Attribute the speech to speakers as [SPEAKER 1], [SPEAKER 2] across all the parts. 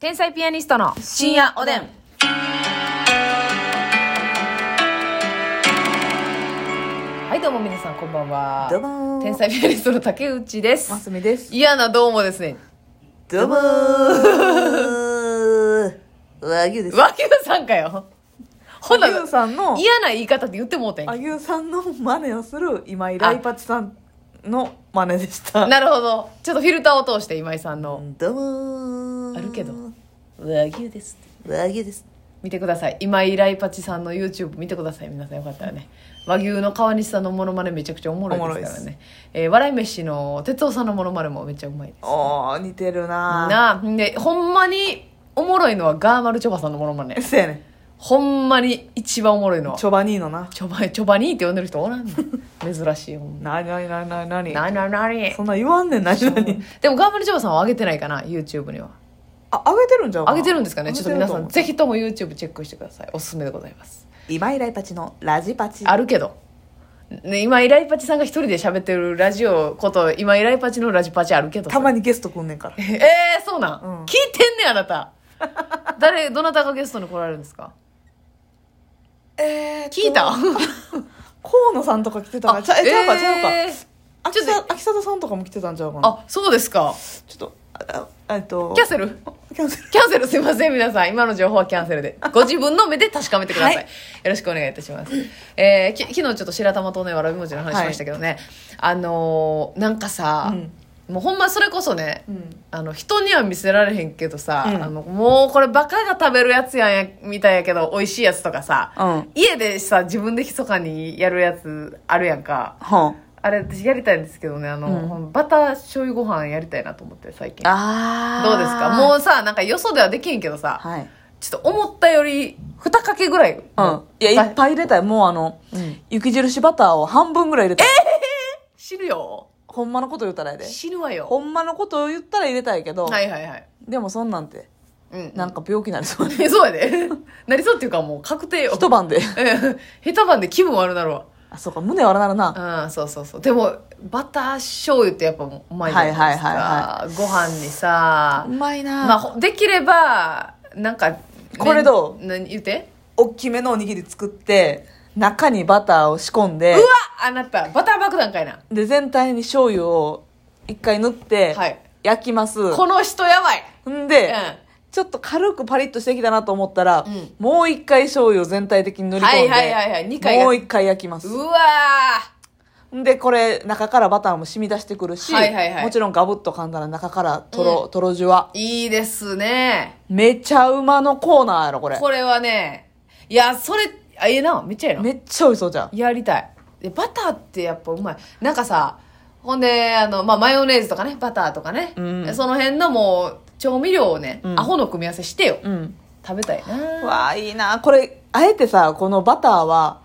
[SPEAKER 1] 天才ピアニストの深夜おでん。はい、どうも皆さん、こんばんは。
[SPEAKER 2] どうもー
[SPEAKER 1] 天才ピアニストの竹内です。
[SPEAKER 2] ますみです。
[SPEAKER 1] 嫌などうもですね。
[SPEAKER 2] どうもー和牛です。
[SPEAKER 1] 和牛さんかよ。ほな
[SPEAKER 2] 和牛さんの、
[SPEAKER 1] 嫌な言い方って言ってもうてん
[SPEAKER 2] 和。牛さんの真似をする今井来八さんの真似でした。
[SPEAKER 1] なるほど。ちょっとフィルターを通して、今井さんの。
[SPEAKER 2] どうもー
[SPEAKER 1] あるけど。
[SPEAKER 2] 和牛です。和牛です。
[SPEAKER 1] 見てください。今井来八さんの YouTube 見てください。皆さんよかったらね。和牛の川西さんのモノマネめちゃくちゃおもろいですからね。えー笑い飯の哲夫さんのモノマネもめっちゃうまいです。
[SPEAKER 2] おー、似てるな
[SPEAKER 1] なあ、んで、ほんまにおもろいのはガーマルチョバさんのモノマ
[SPEAKER 2] ぁ。
[SPEAKER 1] ネ。
[SPEAKER 2] せやね
[SPEAKER 1] ほんまに一番おもろいのは
[SPEAKER 2] ん。。チョバニーのな。
[SPEAKER 1] チョバ、チョバニーって呼んでる人おらんの。 珍しい、ほん
[SPEAKER 2] なになになになにな
[SPEAKER 1] ま。な
[SPEAKER 2] に
[SPEAKER 1] ななに
[SPEAKER 2] そんな言わんねん、なになに。
[SPEAKER 1] でもガーマルチョバさんは上げてないかな、YouTube には。
[SPEAKER 2] あ、あげてるんじゃん。
[SPEAKER 1] 上げてるんですかね。ちょっと皆さん、ぜ
[SPEAKER 2] ひ。
[SPEAKER 1] ひとも YouTube チェックしてください。おすすめでございます。
[SPEAKER 2] 今井来八のラジパチ。
[SPEAKER 1] あるけど。ね、今、イライパチさんが一人で喋ってるラジオこと、今、イライパチのラジパチあるけど。
[SPEAKER 2] たまにゲスト来んねんから。
[SPEAKER 1] ええーそうなん、
[SPEAKER 2] うん
[SPEAKER 1] 聞いてんねん、あな た。誰、どなたがゲストに来られるんですか
[SPEAKER 2] えー
[SPEAKER 1] 聞いた
[SPEAKER 2] 河野さんとか来てたからちゃえちゃうかちゃうか
[SPEAKER 1] えーち
[SPEAKER 2] 秋
[SPEAKER 1] ょっ
[SPEAKER 2] 里秋里さんとかも来てたんちゃうかな
[SPEAKER 1] あ、そうですか。
[SPEAKER 2] ちょっとああえっと
[SPEAKER 1] キャンセル
[SPEAKER 2] キャンセル
[SPEAKER 1] キャンセルすいません、皆さん。今の情報はキャンセルで。ご自分の目で確かめてください。
[SPEAKER 2] はい
[SPEAKER 1] よろしくお願いいたします。えーき、昨日ちょっと白玉とね、わらび餅の話しましたけどね。あのーなんかさ、もうほんまそれこそね、
[SPEAKER 2] うん
[SPEAKER 1] あの人には見せられへんけどさ、
[SPEAKER 2] うん
[SPEAKER 1] あのもうこれバカが食べるやつやんやみたいやけど美味しいやつとかさ、
[SPEAKER 2] うん
[SPEAKER 1] 家でさ自分で密かにやるやつあるやんか
[SPEAKER 2] は
[SPEAKER 1] あれ私やりたいんですけどねあの、バター醤油ご飯やりたいなと思って最近
[SPEAKER 2] あ
[SPEAKER 1] どうですかもうさなんかよそではできんけどさ、
[SPEAKER 2] はい
[SPEAKER 1] ちょっと思ったより2かけぐらい、
[SPEAKER 2] うんいやいっぱい入れたいもうあの
[SPEAKER 1] うん
[SPEAKER 2] 雪印バターを半分ぐらい入れたい
[SPEAKER 1] 知るよ
[SPEAKER 2] ほんまのこと言ったらやで
[SPEAKER 1] 知るわよ
[SPEAKER 2] ほんまのこと言ったら入れたいけど
[SPEAKER 1] はいはいはい
[SPEAKER 2] でもそんなんて
[SPEAKER 1] うん
[SPEAKER 2] なんか病気になりそう ね
[SPEAKER 1] そうやで なりそうっていうかもう確定よ
[SPEAKER 2] 一晩で
[SPEAKER 1] うん 下手番で気分悪なるわ
[SPEAKER 2] あそうか胸はなるな
[SPEAKER 1] うんそうそうそうでもバター醤油ってやっぱうまいじゃないですか、
[SPEAKER 2] はいはい
[SPEAKER 1] ご飯にさ
[SPEAKER 2] う、まいな
[SPEAKER 1] まあほできればなんか
[SPEAKER 2] これど
[SPEAKER 1] う何言って
[SPEAKER 2] 大きめのおにぎり作って中にバターを仕込んで
[SPEAKER 1] うわあなたバター爆弾かいな
[SPEAKER 2] で全体に醤油を一回塗って
[SPEAKER 1] はい
[SPEAKER 2] 焼きます、
[SPEAKER 1] この人やばい
[SPEAKER 2] ん
[SPEAKER 1] う
[SPEAKER 2] で、
[SPEAKER 1] ん
[SPEAKER 2] ちょっと軽くパリッとしてきたなと思ったら、
[SPEAKER 1] うん
[SPEAKER 2] もう一回醤油を全体的に塗り込んで、
[SPEAKER 1] はいはいはいはい二回や
[SPEAKER 2] もう一回焼きます
[SPEAKER 1] うわ
[SPEAKER 2] んでこれ中からバターも染み出してくるし、
[SPEAKER 1] はいはいはい
[SPEAKER 2] もちろんガブッと噛んだら中からとろ、
[SPEAKER 1] う
[SPEAKER 2] とろじゅわ
[SPEAKER 1] ーいいですね
[SPEAKER 2] めちゃうまのコーナーやろこれ
[SPEAKER 1] これはねいやそれあええなめっちゃええな
[SPEAKER 2] めっちゃ美味しそうじゃん
[SPEAKER 1] やりたいでバターってやっぱうまいなんかさほんであの、まあ、マヨネーズとかねバターとかね、
[SPEAKER 2] うん
[SPEAKER 1] その辺のもう調味料をね、
[SPEAKER 2] うん
[SPEAKER 1] アホの組み合わせしてよ、
[SPEAKER 2] うん
[SPEAKER 1] 食べたいな
[SPEAKER 2] わあいいなこれあえてさこのバターは、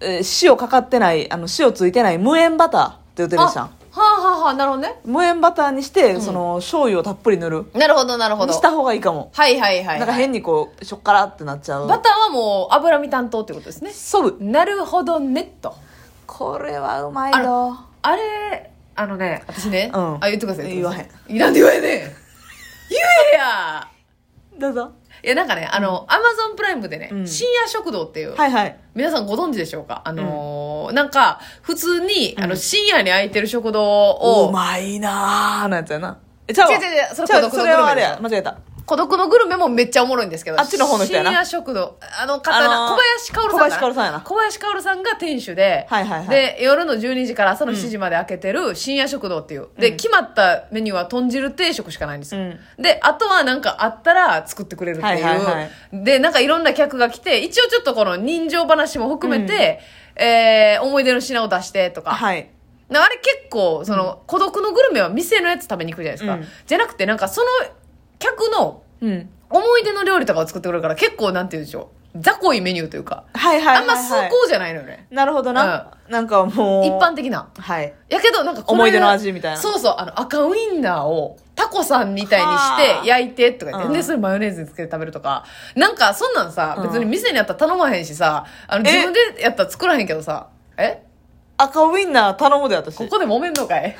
[SPEAKER 2] えー塩かかってないあの塩ついてない無塩バターって言ってる
[SPEAKER 1] あ
[SPEAKER 2] じゃん
[SPEAKER 1] はあはあはあなるほどね
[SPEAKER 2] 無塩バターにして、その醤油をたっぷり塗る
[SPEAKER 1] なるほどなるほど
[SPEAKER 2] にした方がいいかも、
[SPEAKER 1] はいはいはい、
[SPEAKER 2] なんか変にこうしょっからってなっちゃう
[SPEAKER 1] バターはもう脂身担当ってことですね
[SPEAKER 2] そぶ
[SPEAKER 1] なるほどねと
[SPEAKER 2] これはうまい
[SPEAKER 1] あ
[SPEAKER 2] よ
[SPEAKER 1] あれあのね私ね、
[SPEAKER 2] うん
[SPEAKER 1] あ言ってください言ってください
[SPEAKER 2] 言
[SPEAKER 1] いやなんで言わへんねん言えや
[SPEAKER 2] どうぞ
[SPEAKER 1] いやなんかねあのアマゾンプライムでね、
[SPEAKER 2] うん
[SPEAKER 1] 深夜食堂っていう、
[SPEAKER 2] はいはい
[SPEAKER 1] 皆さんご存知でしょうかあのーなんか、普通に、あの、深夜に空いてる食堂
[SPEAKER 2] う
[SPEAKER 1] を、
[SPEAKER 2] まいなーなんやなえちゃうわ
[SPEAKER 1] 違う違う違うそれ
[SPEAKER 2] ちゃ
[SPEAKER 1] 孤独の
[SPEAKER 2] それはあ
[SPEAKER 1] グルメで
[SPEAKER 2] れ
[SPEAKER 1] しょ
[SPEAKER 2] や間違えた
[SPEAKER 1] 孤独のグルメもめっちゃおもろいんですけど、
[SPEAKER 2] あっちの方の人やな
[SPEAKER 1] 深夜食堂、あの方な、
[SPEAKER 2] あのー
[SPEAKER 1] 小林薫さんかな。
[SPEAKER 2] 小林薫さんやな
[SPEAKER 1] 小林薫さんが店主で、
[SPEAKER 2] はいはいはい
[SPEAKER 1] で、夜の12時から朝の7時まで開けてる深夜食堂っていう。で、決まったメニューは豚汁定食しかないんですよ。
[SPEAKER 2] う
[SPEAKER 1] で、あとはなんかあったら作ってくれるっていう。
[SPEAKER 2] はいはいはい
[SPEAKER 1] で、なんかいろんな客が来て、一応ちょっとこの人情話も含めて、えー思い出の品を出してとか、
[SPEAKER 2] はい
[SPEAKER 1] なあれ結構その、孤独のグルメは店のやつ食べに行くじゃないですか、
[SPEAKER 2] うん
[SPEAKER 1] じゃなくてなんかその客の
[SPEAKER 2] うん
[SPEAKER 1] 思い出の料理とかを作ってくれるから結構なんて言うんでしょう雑魚いメニューというか、
[SPEAKER 2] はいはいはい、はい、
[SPEAKER 1] あんま崇高じゃないのよね
[SPEAKER 2] なるほどな、なんかもう
[SPEAKER 1] 一般的な
[SPEAKER 2] はい
[SPEAKER 1] やけどなんかこれ
[SPEAKER 2] 思い出の味みたいな
[SPEAKER 1] そうそうあの赤ウインナーをタコさんみたいにし
[SPEAKER 2] はあ
[SPEAKER 1] て焼いてとか言って、
[SPEAKER 2] うん
[SPEAKER 1] でそれマヨネーズにつけて食べるとかなんかそんなんさ
[SPEAKER 2] うん
[SPEAKER 1] 別に店にあったら頼まへんしさあの
[SPEAKER 2] え
[SPEAKER 1] 自分でやったら作らへんけどさえ
[SPEAKER 2] 赤ウインナー頼むで私
[SPEAKER 1] ここで揉めんのか い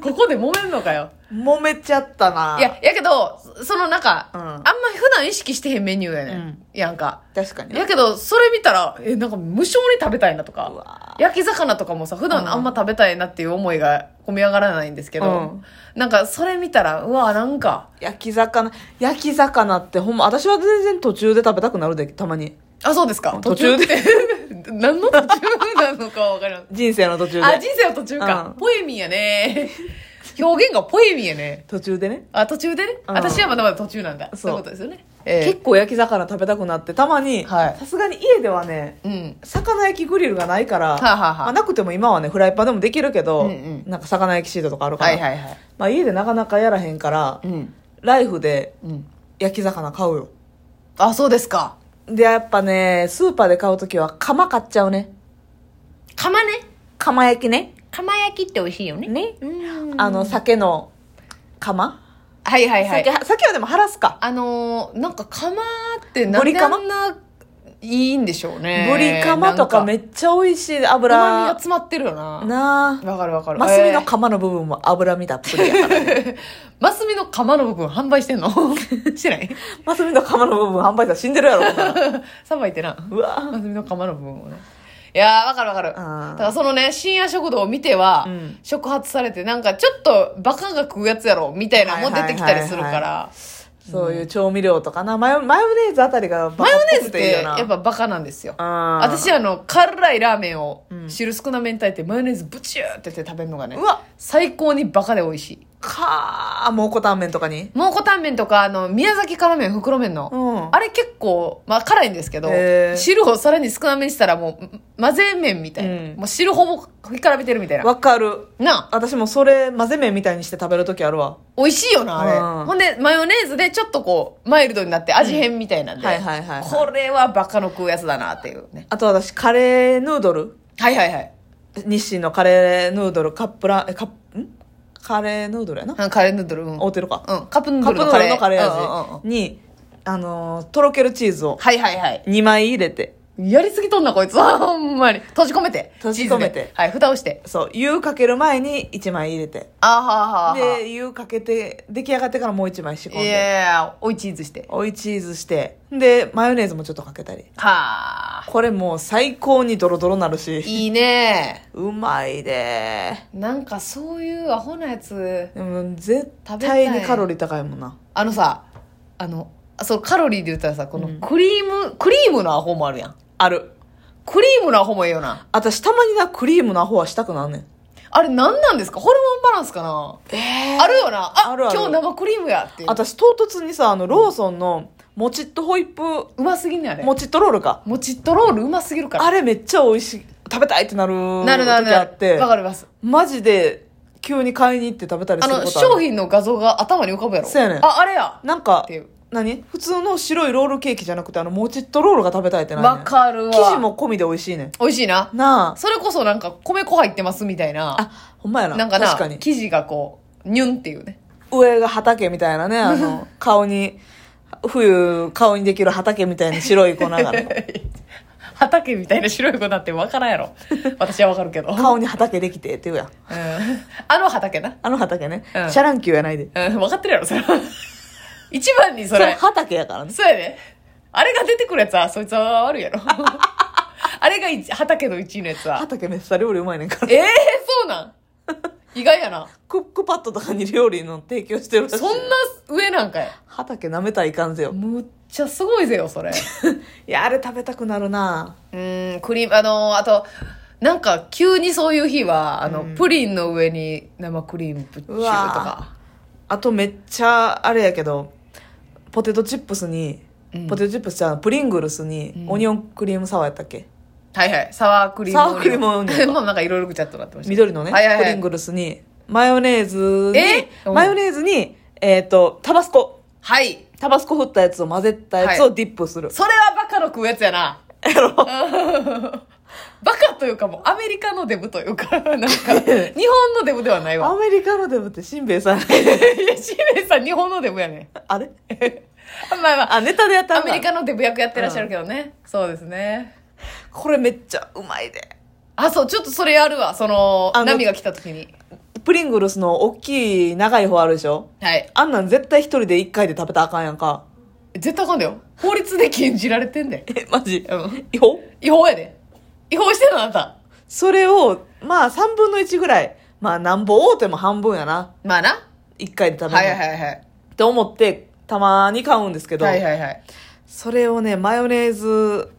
[SPEAKER 1] ここで揉めんのかよ
[SPEAKER 2] 揉めちゃったない
[SPEAKER 1] ややけどそそのなんか、
[SPEAKER 2] うん
[SPEAKER 1] あんまり普段意識してへんメニューやねん、
[SPEAKER 2] うん
[SPEAKER 1] やんか
[SPEAKER 2] 確かに
[SPEAKER 1] やけどそれ見たらえなんか無性に食べたいなと
[SPEAKER 2] う
[SPEAKER 1] か
[SPEAKER 2] わ
[SPEAKER 1] 焼き魚とかもさ普段あんま食べたいなっていう思いが込み上がらないんですけど、なんかそれ見たらうわなんか
[SPEAKER 2] 焼き魚焼き魚ってほんま私は全然途中で食べたくなるでたまに
[SPEAKER 1] あそうですか
[SPEAKER 2] 途中で
[SPEAKER 1] 途って 何の途中なのかわかりません
[SPEAKER 2] 人生の途中
[SPEAKER 1] あ
[SPEAKER 2] で
[SPEAKER 1] 人生は途中か、
[SPEAKER 2] うん
[SPEAKER 1] ポエミーやね表現がポエミーやね
[SPEAKER 2] 途中でね、
[SPEAKER 1] あ途中でね、
[SPEAKER 2] うん
[SPEAKER 1] 私はまだまだ途中なんだ
[SPEAKER 2] そう
[SPEAKER 1] そういうことですよね
[SPEAKER 2] 結構焼き魚食べたくなってたまに
[SPEAKER 1] はい
[SPEAKER 2] さすがに家ではね
[SPEAKER 1] うん
[SPEAKER 2] 魚焼きグリルがないか
[SPEAKER 1] は
[SPEAKER 2] ら、
[SPEAKER 1] あはあはあ
[SPEAKER 2] まあ、なくても今はねフライパンでもできるけど、
[SPEAKER 1] うんうん
[SPEAKER 2] なんか魚焼きシートとかあるから、
[SPEAKER 1] はいはいはい
[SPEAKER 2] まあ、家でなかなかやらへんから、
[SPEAKER 1] うん
[SPEAKER 2] ライフで
[SPEAKER 1] うん
[SPEAKER 2] 焼き魚買うよ
[SPEAKER 1] あそうですか
[SPEAKER 2] でやっぱねスーパーで買う時は釜買っちゃうね
[SPEAKER 1] 釜ね
[SPEAKER 2] 釜焼きね
[SPEAKER 1] 釜焼きって美味しいよね
[SPEAKER 2] ね
[SPEAKER 1] うん
[SPEAKER 2] あの酒の釜、
[SPEAKER 1] はいはいはい
[SPEAKER 2] 酒酒はでも晴らすか
[SPEAKER 1] あのーなんか釜ってなん
[SPEAKER 2] ブリ
[SPEAKER 1] で
[SPEAKER 2] カ
[SPEAKER 1] あ
[SPEAKER 2] マ
[SPEAKER 1] んないいんでしょうね
[SPEAKER 2] ぶり釜とかめ
[SPEAKER 1] っち
[SPEAKER 2] っちゃ美味しい
[SPEAKER 1] ゃ
[SPEAKER 2] 油
[SPEAKER 1] 旨味が詰まってるよな
[SPEAKER 2] なあ
[SPEAKER 1] わかるわかる
[SPEAKER 2] マスミ
[SPEAKER 1] え
[SPEAKER 2] の
[SPEAKER 1] ー
[SPEAKER 2] 釜の部分も油身たっぷり やからね
[SPEAKER 1] マスミの釜の部分販売してん のしてない
[SPEAKER 2] マスミの釜の部分販売者死んでるやろほんなら
[SPEAKER 1] さばいてな
[SPEAKER 2] うわ
[SPEAKER 1] マスミの釜の部分をねいやーわかるわかるだ
[SPEAKER 2] あー
[SPEAKER 1] からそのね深夜食堂を見ては、
[SPEAKER 2] うん
[SPEAKER 1] 触発されてなんかちょっとバカが食うやつやろみたいなのも出てきたりするから、
[SPEAKER 2] はいはいはいそういう調味料とかなマヨマヨネーズあたりがマ
[SPEAKER 1] マヨネーズってやっぱバカなんですよ私
[SPEAKER 2] 私
[SPEAKER 1] あの辛いラーメンを汁少なめに炊いてマヨネーズブチューってやって食べるのがね
[SPEAKER 2] うわ
[SPEAKER 1] 最高にバカで美味しい
[SPEAKER 2] かー蒙古タンメンとかに
[SPEAKER 1] 蒙古タンメンとかあの宮崎辛麺袋麺の、
[SPEAKER 2] うん
[SPEAKER 1] あれ結構、まあ、辛いんですけど
[SPEAKER 2] へー
[SPEAKER 1] 汁をさらに少なめにしたらもう混ぜ麺みたいな、
[SPEAKER 2] うん
[SPEAKER 1] もう汁ほぼひからべてるみたいな
[SPEAKER 2] わかる
[SPEAKER 1] なあ
[SPEAKER 2] 私もそれ混ぜ麺みたいにして食べる時あるわ
[SPEAKER 1] 美味しいよなあれ、
[SPEAKER 2] うん
[SPEAKER 1] ほんでマヨネーズでちょっとこうマイルドになって味変みたいなんで、
[SPEAKER 2] はいはいはいはい
[SPEAKER 1] これはバカの食うやつだなっていうね
[SPEAKER 2] あと私カレーヌードル
[SPEAKER 1] はいはいはい
[SPEAKER 2] 日清のカレーヌードルカップラえカップんカレーヌードルやな
[SPEAKER 1] うんカレーヌードルうん
[SPEAKER 2] 合うてるか
[SPEAKER 1] うん、カップヌー
[SPEAKER 2] カ
[SPEAKER 1] ド
[SPEAKER 2] ッ
[SPEAKER 1] ル
[SPEAKER 2] プヌ
[SPEAKER 1] の
[SPEAKER 2] ー
[SPEAKER 1] カ
[SPEAKER 2] ドル
[SPEAKER 1] レー
[SPEAKER 2] のカレ
[SPEAKER 1] うんうん
[SPEAKER 2] ー
[SPEAKER 1] うん
[SPEAKER 2] 味にあのーとろけるチーズを
[SPEAKER 1] はいはいはい。
[SPEAKER 2] 2枚入れて
[SPEAKER 1] やりすぎとんな、こいつ。 ほんまに。閉じ込めて。
[SPEAKER 2] 閉じ込
[SPEAKER 1] チー
[SPEAKER 2] めて
[SPEAKER 1] ズではい、蓋をして。
[SPEAKER 2] そう湯かける前に1枚入れて
[SPEAKER 1] あははは
[SPEAKER 2] で湯かけて出来上がってからもう1枚仕込ん
[SPEAKER 1] い
[SPEAKER 2] で
[SPEAKER 1] やー、追いチーズして。
[SPEAKER 2] おいチーズしてでマヨネーズもちょっとかけたり
[SPEAKER 1] はあ。
[SPEAKER 2] これもう最高にドロドロなるし
[SPEAKER 1] いいね
[SPEAKER 2] うまいで
[SPEAKER 1] なんかそういうアホなやつ。
[SPEAKER 2] でも絶
[SPEAKER 1] 食べたい
[SPEAKER 2] 対にカロリー高いもんな
[SPEAKER 1] あのさ、あの、あそう、カロリーで言ったらさ、このクリーム、クリームのアホもあるやん。
[SPEAKER 2] ある
[SPEAKER 1] クリームのアホもいいよな。
[SPEAKER 2] 私たまになクリームのアホはしたくなんねん
[SPEAKER 1] あれ何なんですかホルモンバランスかな
[SPEAKER 2] え
[SPEAKER 1] あるよな。あ、
[SPEAKER 2] あるある
[SPEAKER 1] 今日生クリームやっていう。
[SPEAKER 2] 私唐突にさあのローソンのもちっとホイップ
[SPEAKER 1] うますぎんねあれ。
[SPEAKER 2] もちっとロールか
[SPEAKER 1] もちっとロールうますぎるから。
[SPEAKER 2] あれめっちゃ美味しい食べたいってなる時
[SPEAKER 1] なるなる
[SPEAKER 2] あ
[SPEAKER 1] な
[SPEAKER 2] っ
[SPEAKER 1] る。
[SPEAKER 2] て
[SPEAKER 1] わかります。
[SPEAKER 2] マジで急に買いに行って食べたり
[SPEAKER 1] あ
[SPEAKER 2] する
[SPEAKER 1] の
[SPEAKER 2] ことある
[SPEAKER 1] 商品の画像が頭に浮かぶやろ
[SPEAKER 2] そうやねん
[SPEAKER 1] ああれや
[SPEAKER 2] なんか
[SPEAKER 1] っていう
[SPEAKER 2] 何普通の白いロールケーキじゃなくてあのもちっとロールが食べたいってなんねん
[SPEAKER 1] わかるわ
[SPEAKER 2] 生地も込みで美味しいね
[SPEAKER 1] 美味しいなん
[SPEAKER 2] な
[SPEAKER 1] それこそなんか米粉入ってますみたい
[SPEAKER 2] あ
[SPEAKER 1] な
[SPEAKER 2] あほんまやな
[SPEAKER 1] なんかな
[SPEAKER 2] 確かに
[SPEAKER 1] 生地がこうニュンっていうね
[SPEAKER 2] 上が畑みたいなねあの顔に冬顔にできる畑みたいな白い粉が ね
[SPEAKER 1] 畑みたいな白い粉って分からんや ろ私は分かるけど、うん、
[SPEAKER 2] 顔に畑できてって言うやん
[SPEAKER 1] あの畑な、
[SPEAKER 2] あの畑ね、
[SPEAKER 1] うん
[SPEAKER 2] シャランキューやないで
[SPEAKER 1] うん、分かってるやろそれは 一番にそ
[SPEAKER 2] それ
[SPEAKER 1] れ
[SPEAKER 2] 畑やからね
[SPEAKER 1] そうやねあれが出てくるやつはそいつは悪いや ろあれが一畑の1位のやつは
[SPEAKER 2] 畑めっさ料理うまいねんから
[SPEAKER 1] ええー、そうなん意外や な
[SPEAKER 2] クックパッドとかに料理の提供してるらしい
[SPEAKER 1] そんな上なんかや
[SPEAKER 2] 畑舐めたらいかんぜよ
[SPEAKER 1] むっちゃすごいぜよそ れ
[SPEAKER 2] いやあれ食べたくなるな
[SPEAKER 1] うーんクリームあのーあとなんか急にそういう日はあの、プリンの上に生クリームぶっちゅうと
[SPEAKER 2] うわ
[SPEAKER 1] か
[SPEAKER 2] あとめっちゃあれやけどポテトチップスに、
[SPEAKER 1] うん
[SPEAKER 2] ポテトチップスじゃないプリングルスにオニオンクリームサワーやったっけ、
[SPEAKER 1] はいはいサワークリーム
[SPEAKER 2] サワークリームオニオ ン
[SPEAKER 1] まあなんかいろいろぐちゃっとなってました
[SPEAKER 2] 緑のね、
[SPEAKER 1] はいはいはい
[SPEAKER 2] プリングルスにマヨネーズに
[SPEAKER 1] えうん
[SPEAKER 2] マヨネーズにえっ、とタバスコ
[SPEAKER 1] はい
[SPEAKER 2] タバスコ振ったやつを混ぜたやつ
[SPEAKER 1] は
[SPEAKER 2] をディップする、
[SPEAKER 1] それはバカの食うやつやな
[SPEAKER 2] やろ
[SPEAKER 1] バカというかもうアメリカのデブというか なんか日本のデブではないわ
[SPEAKER 2] アメリカのデブってしんべヱさん
[SPEAKER 1] いやしめさん日本のデブやね
[SPEAKER 2] あれ
[SPEAKER 1] まあまあ
[SPEAKER 2] あネタでやった
[SPEAKER 1] ア
[SPEAKER 2] んだ
[SPEAKER 1] メリカのデブ役やってらっしゃるけどね、そうですね
[SPEAKER 2] これめっちゃうまいで
[SPEAKER 1] あそうちょっとそれやるわその
[SPEAKER 2] あの
[SPEAKER 1] 波が来た時に
[SPEAKER 2] プリングルスの大きい長い方あるでしょ
[SPEAKER 1] はい
[SPEAKER 2] あんなん絶対一人で一回で食べたらあかんやんか。
[SPEAKER 1] 絶対あかんだよ法律で禁じられてんで
[SPEAKER 2] え、マジ
[SPEAKER 1] うん
[SPEAKER 2] 違法
[SPEAKER 1] 違法やで違法してるのあなた
[SPEAKER 2] それを、まあ3分の1ぐらい。まあなんぼ大手も半分やな。
[SPEAKER 1] まあな
[SPEAKER 2] 一回で食べるの。
[SPEAKER 1] はいはいはいはい
[SPEAKER 2] って思って、たまに買うんですけど、
[SPEAKER 1] はいはいはい
[SPEAKER 2] それをね、マヨネーズ、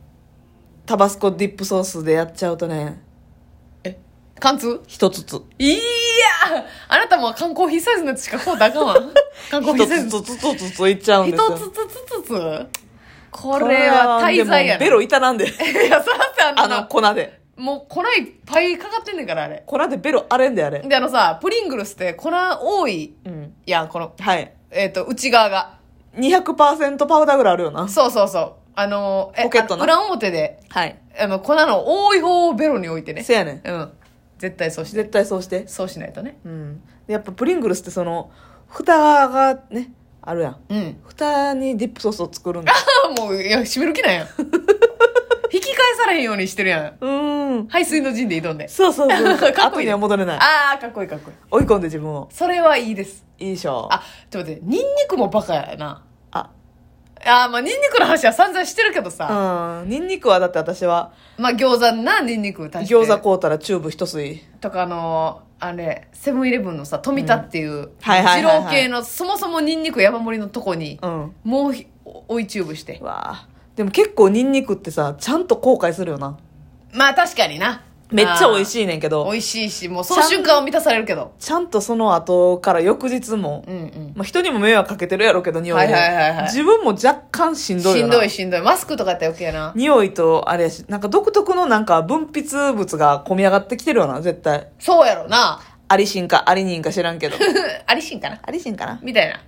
[SPEAKER 2] タバスコディップソースでやっちゃうとね、
[SPEAKER 1] え貫通
[SPEAKER 2] 一つつ。
[SPEAKER 1] いやあなたも缶コーヒーサイズのやつしか買うたらあか んわ缶コーヒ
[SPEAKER 2] 一
[SPEAKER 1] ーサイズ
[SPEAKER 2] つつつつつついっちゃうん
[SPEAKER 1] 一
[SPEAKER 2] ですよ。
[SPEAKER 1] つつつつつこれは滞在や
[SPEAKER 2] これはでも
[SPEAKER 1] ね
[SPEAKER 2] ベロ痛なんで。
[SPEAKER 1] いや、そらさ、 あ
[SPEAKER 2] あ
[SPEAKER 1] のな
[SPEAKER 2] の粉で。
[SPEAKER 1] もう粉いっぱいかかってんねんから、あれ。
[SPEAKER 2] 粉でベロ荒れんであれ。
[SPEAKER 1] で、あのさ、プリングルスって粉多い
[SPEAKER 2] うん。
[SPEAKER 1] やん、この、
[SPEAKER 2] はい。
[SPEAKER 1] えっ、と、内側が。
[SPEAKER 2] 200%パウダーぐらいあるよな。
[SPEAKER 1] そうそうそう。あの、え
[SPEAKER 2] ポケット
[SPEAKER 1] あ
[SPEAKER 2] な
[SPEAKER 1] の裏表で、
[SPEAKER 2] はい。
[SPEAKER 1] あの粉の多い方をベロに置いてね。
[SPEAKER 2] せやねん。
[SPEAKER 1] うん。絶対そうし
[SPEAKER 2] 絶
[SPEAKER 1] て。
[SPEAKER 2] 対そうして。
[SPEAKER 1] そうしないとね。
[SPEAKER 2] うん。でやっぱプリングルスってその、蓋がね、あるやん。
[SPEAKER 1] うん。
[SPEAKER 2] 蓋にディップソースを作るんだ。
[SPEAKER 1] あもう、いや、閉める気なんやん。 引き返されへんようにしてるやん。
[SPEAKER 2] うーん。
[SPEAKER 1] 排水の陣で挑んで。
[SPEAKER 2] そうそうそ う。
[SPEAKER 1] かっこ
[SPEAKER 2] 後
[SPEAKER 1] いい
[SPEAKER 2] には戻れない。
[SPEAKER 1] あー、かっこいいかっこいい。
[SPEAKER 2] 追い込んで自分を。
[SPEAKER 1] それはいいです。
[SPEAKER 2] いいでしょ。
[SPEAKER 1] あ、ちょっと待って、ニンニクもバカやな。
[SPEAKER 2] あ、
[SPEAKER 1] あー、まあ、ニンニクの話は散々してるけどさ。
[SPEAKER 2] うん。ニンニクはだって私は、
[SPEAKER 1] まあ餃子なニンニク足して
[SPEAKER 2] 餃子買うたらチューブ一吸い。
[SPEAKER 1] とかあのあれセブンイレブンのさ富田っていう
[SPEAKER 2] はいはいはい
[SPEAKER 1] 二郎
[SPEAKER 2] はい
[SPEAKER 1] 系のそもそもニンニク山盛りのとこに
[SPEAKER 2] うん。
[SPEAKER 1] もうひお追いチューブして
[SPEAKER 2] うわあでも結構ニンニクってさ、ちゃんと後悔するよな。
[SPEAKER 1] まあ確かにな
[SPEAKER 2] めっちゃ美味
[SPEAKER 1] い
[SPEAKER 2] しいねんけ
[SPEAKER 1] 美
[SPEAKER 2] ど、
[SPEAKER 1] 味しいしもうその瞬間は満たされるけど
[SPEAKER 2] ちゃんとその後から翌日も、
[SPEAKER 1] うんうん
[SPEAKER 2] まあ、人にも迷惑かけてるやろうけど、匂いで。
[SPEAKER 1] はいはいはいはい
[SPEAKER 2] 自分も若干しんどい
[SPEAKER 1] し
[SPEAKER 2] よ
[SPEAKER 1] ん
[SPEAKER 2] な。
[SPEAKER 1] どいしんどいマスクとかやって余計な
[SPEAKER 2] 匂いと、あれやし、なんか独特のなんか分泌物が込み上がってきてるよな、絶対。
[SPEAKER 1] そうやろな
[SPEAKER 2] アリシンかアリニンか知らんけど。
[SPEAKER 1] ありしんかな
[SPEAKER 2] アリシンかな
[SPEAKER 1] みたいな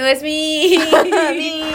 [SPEAKER 1] おおやすみー
[SPEAKER 2] リン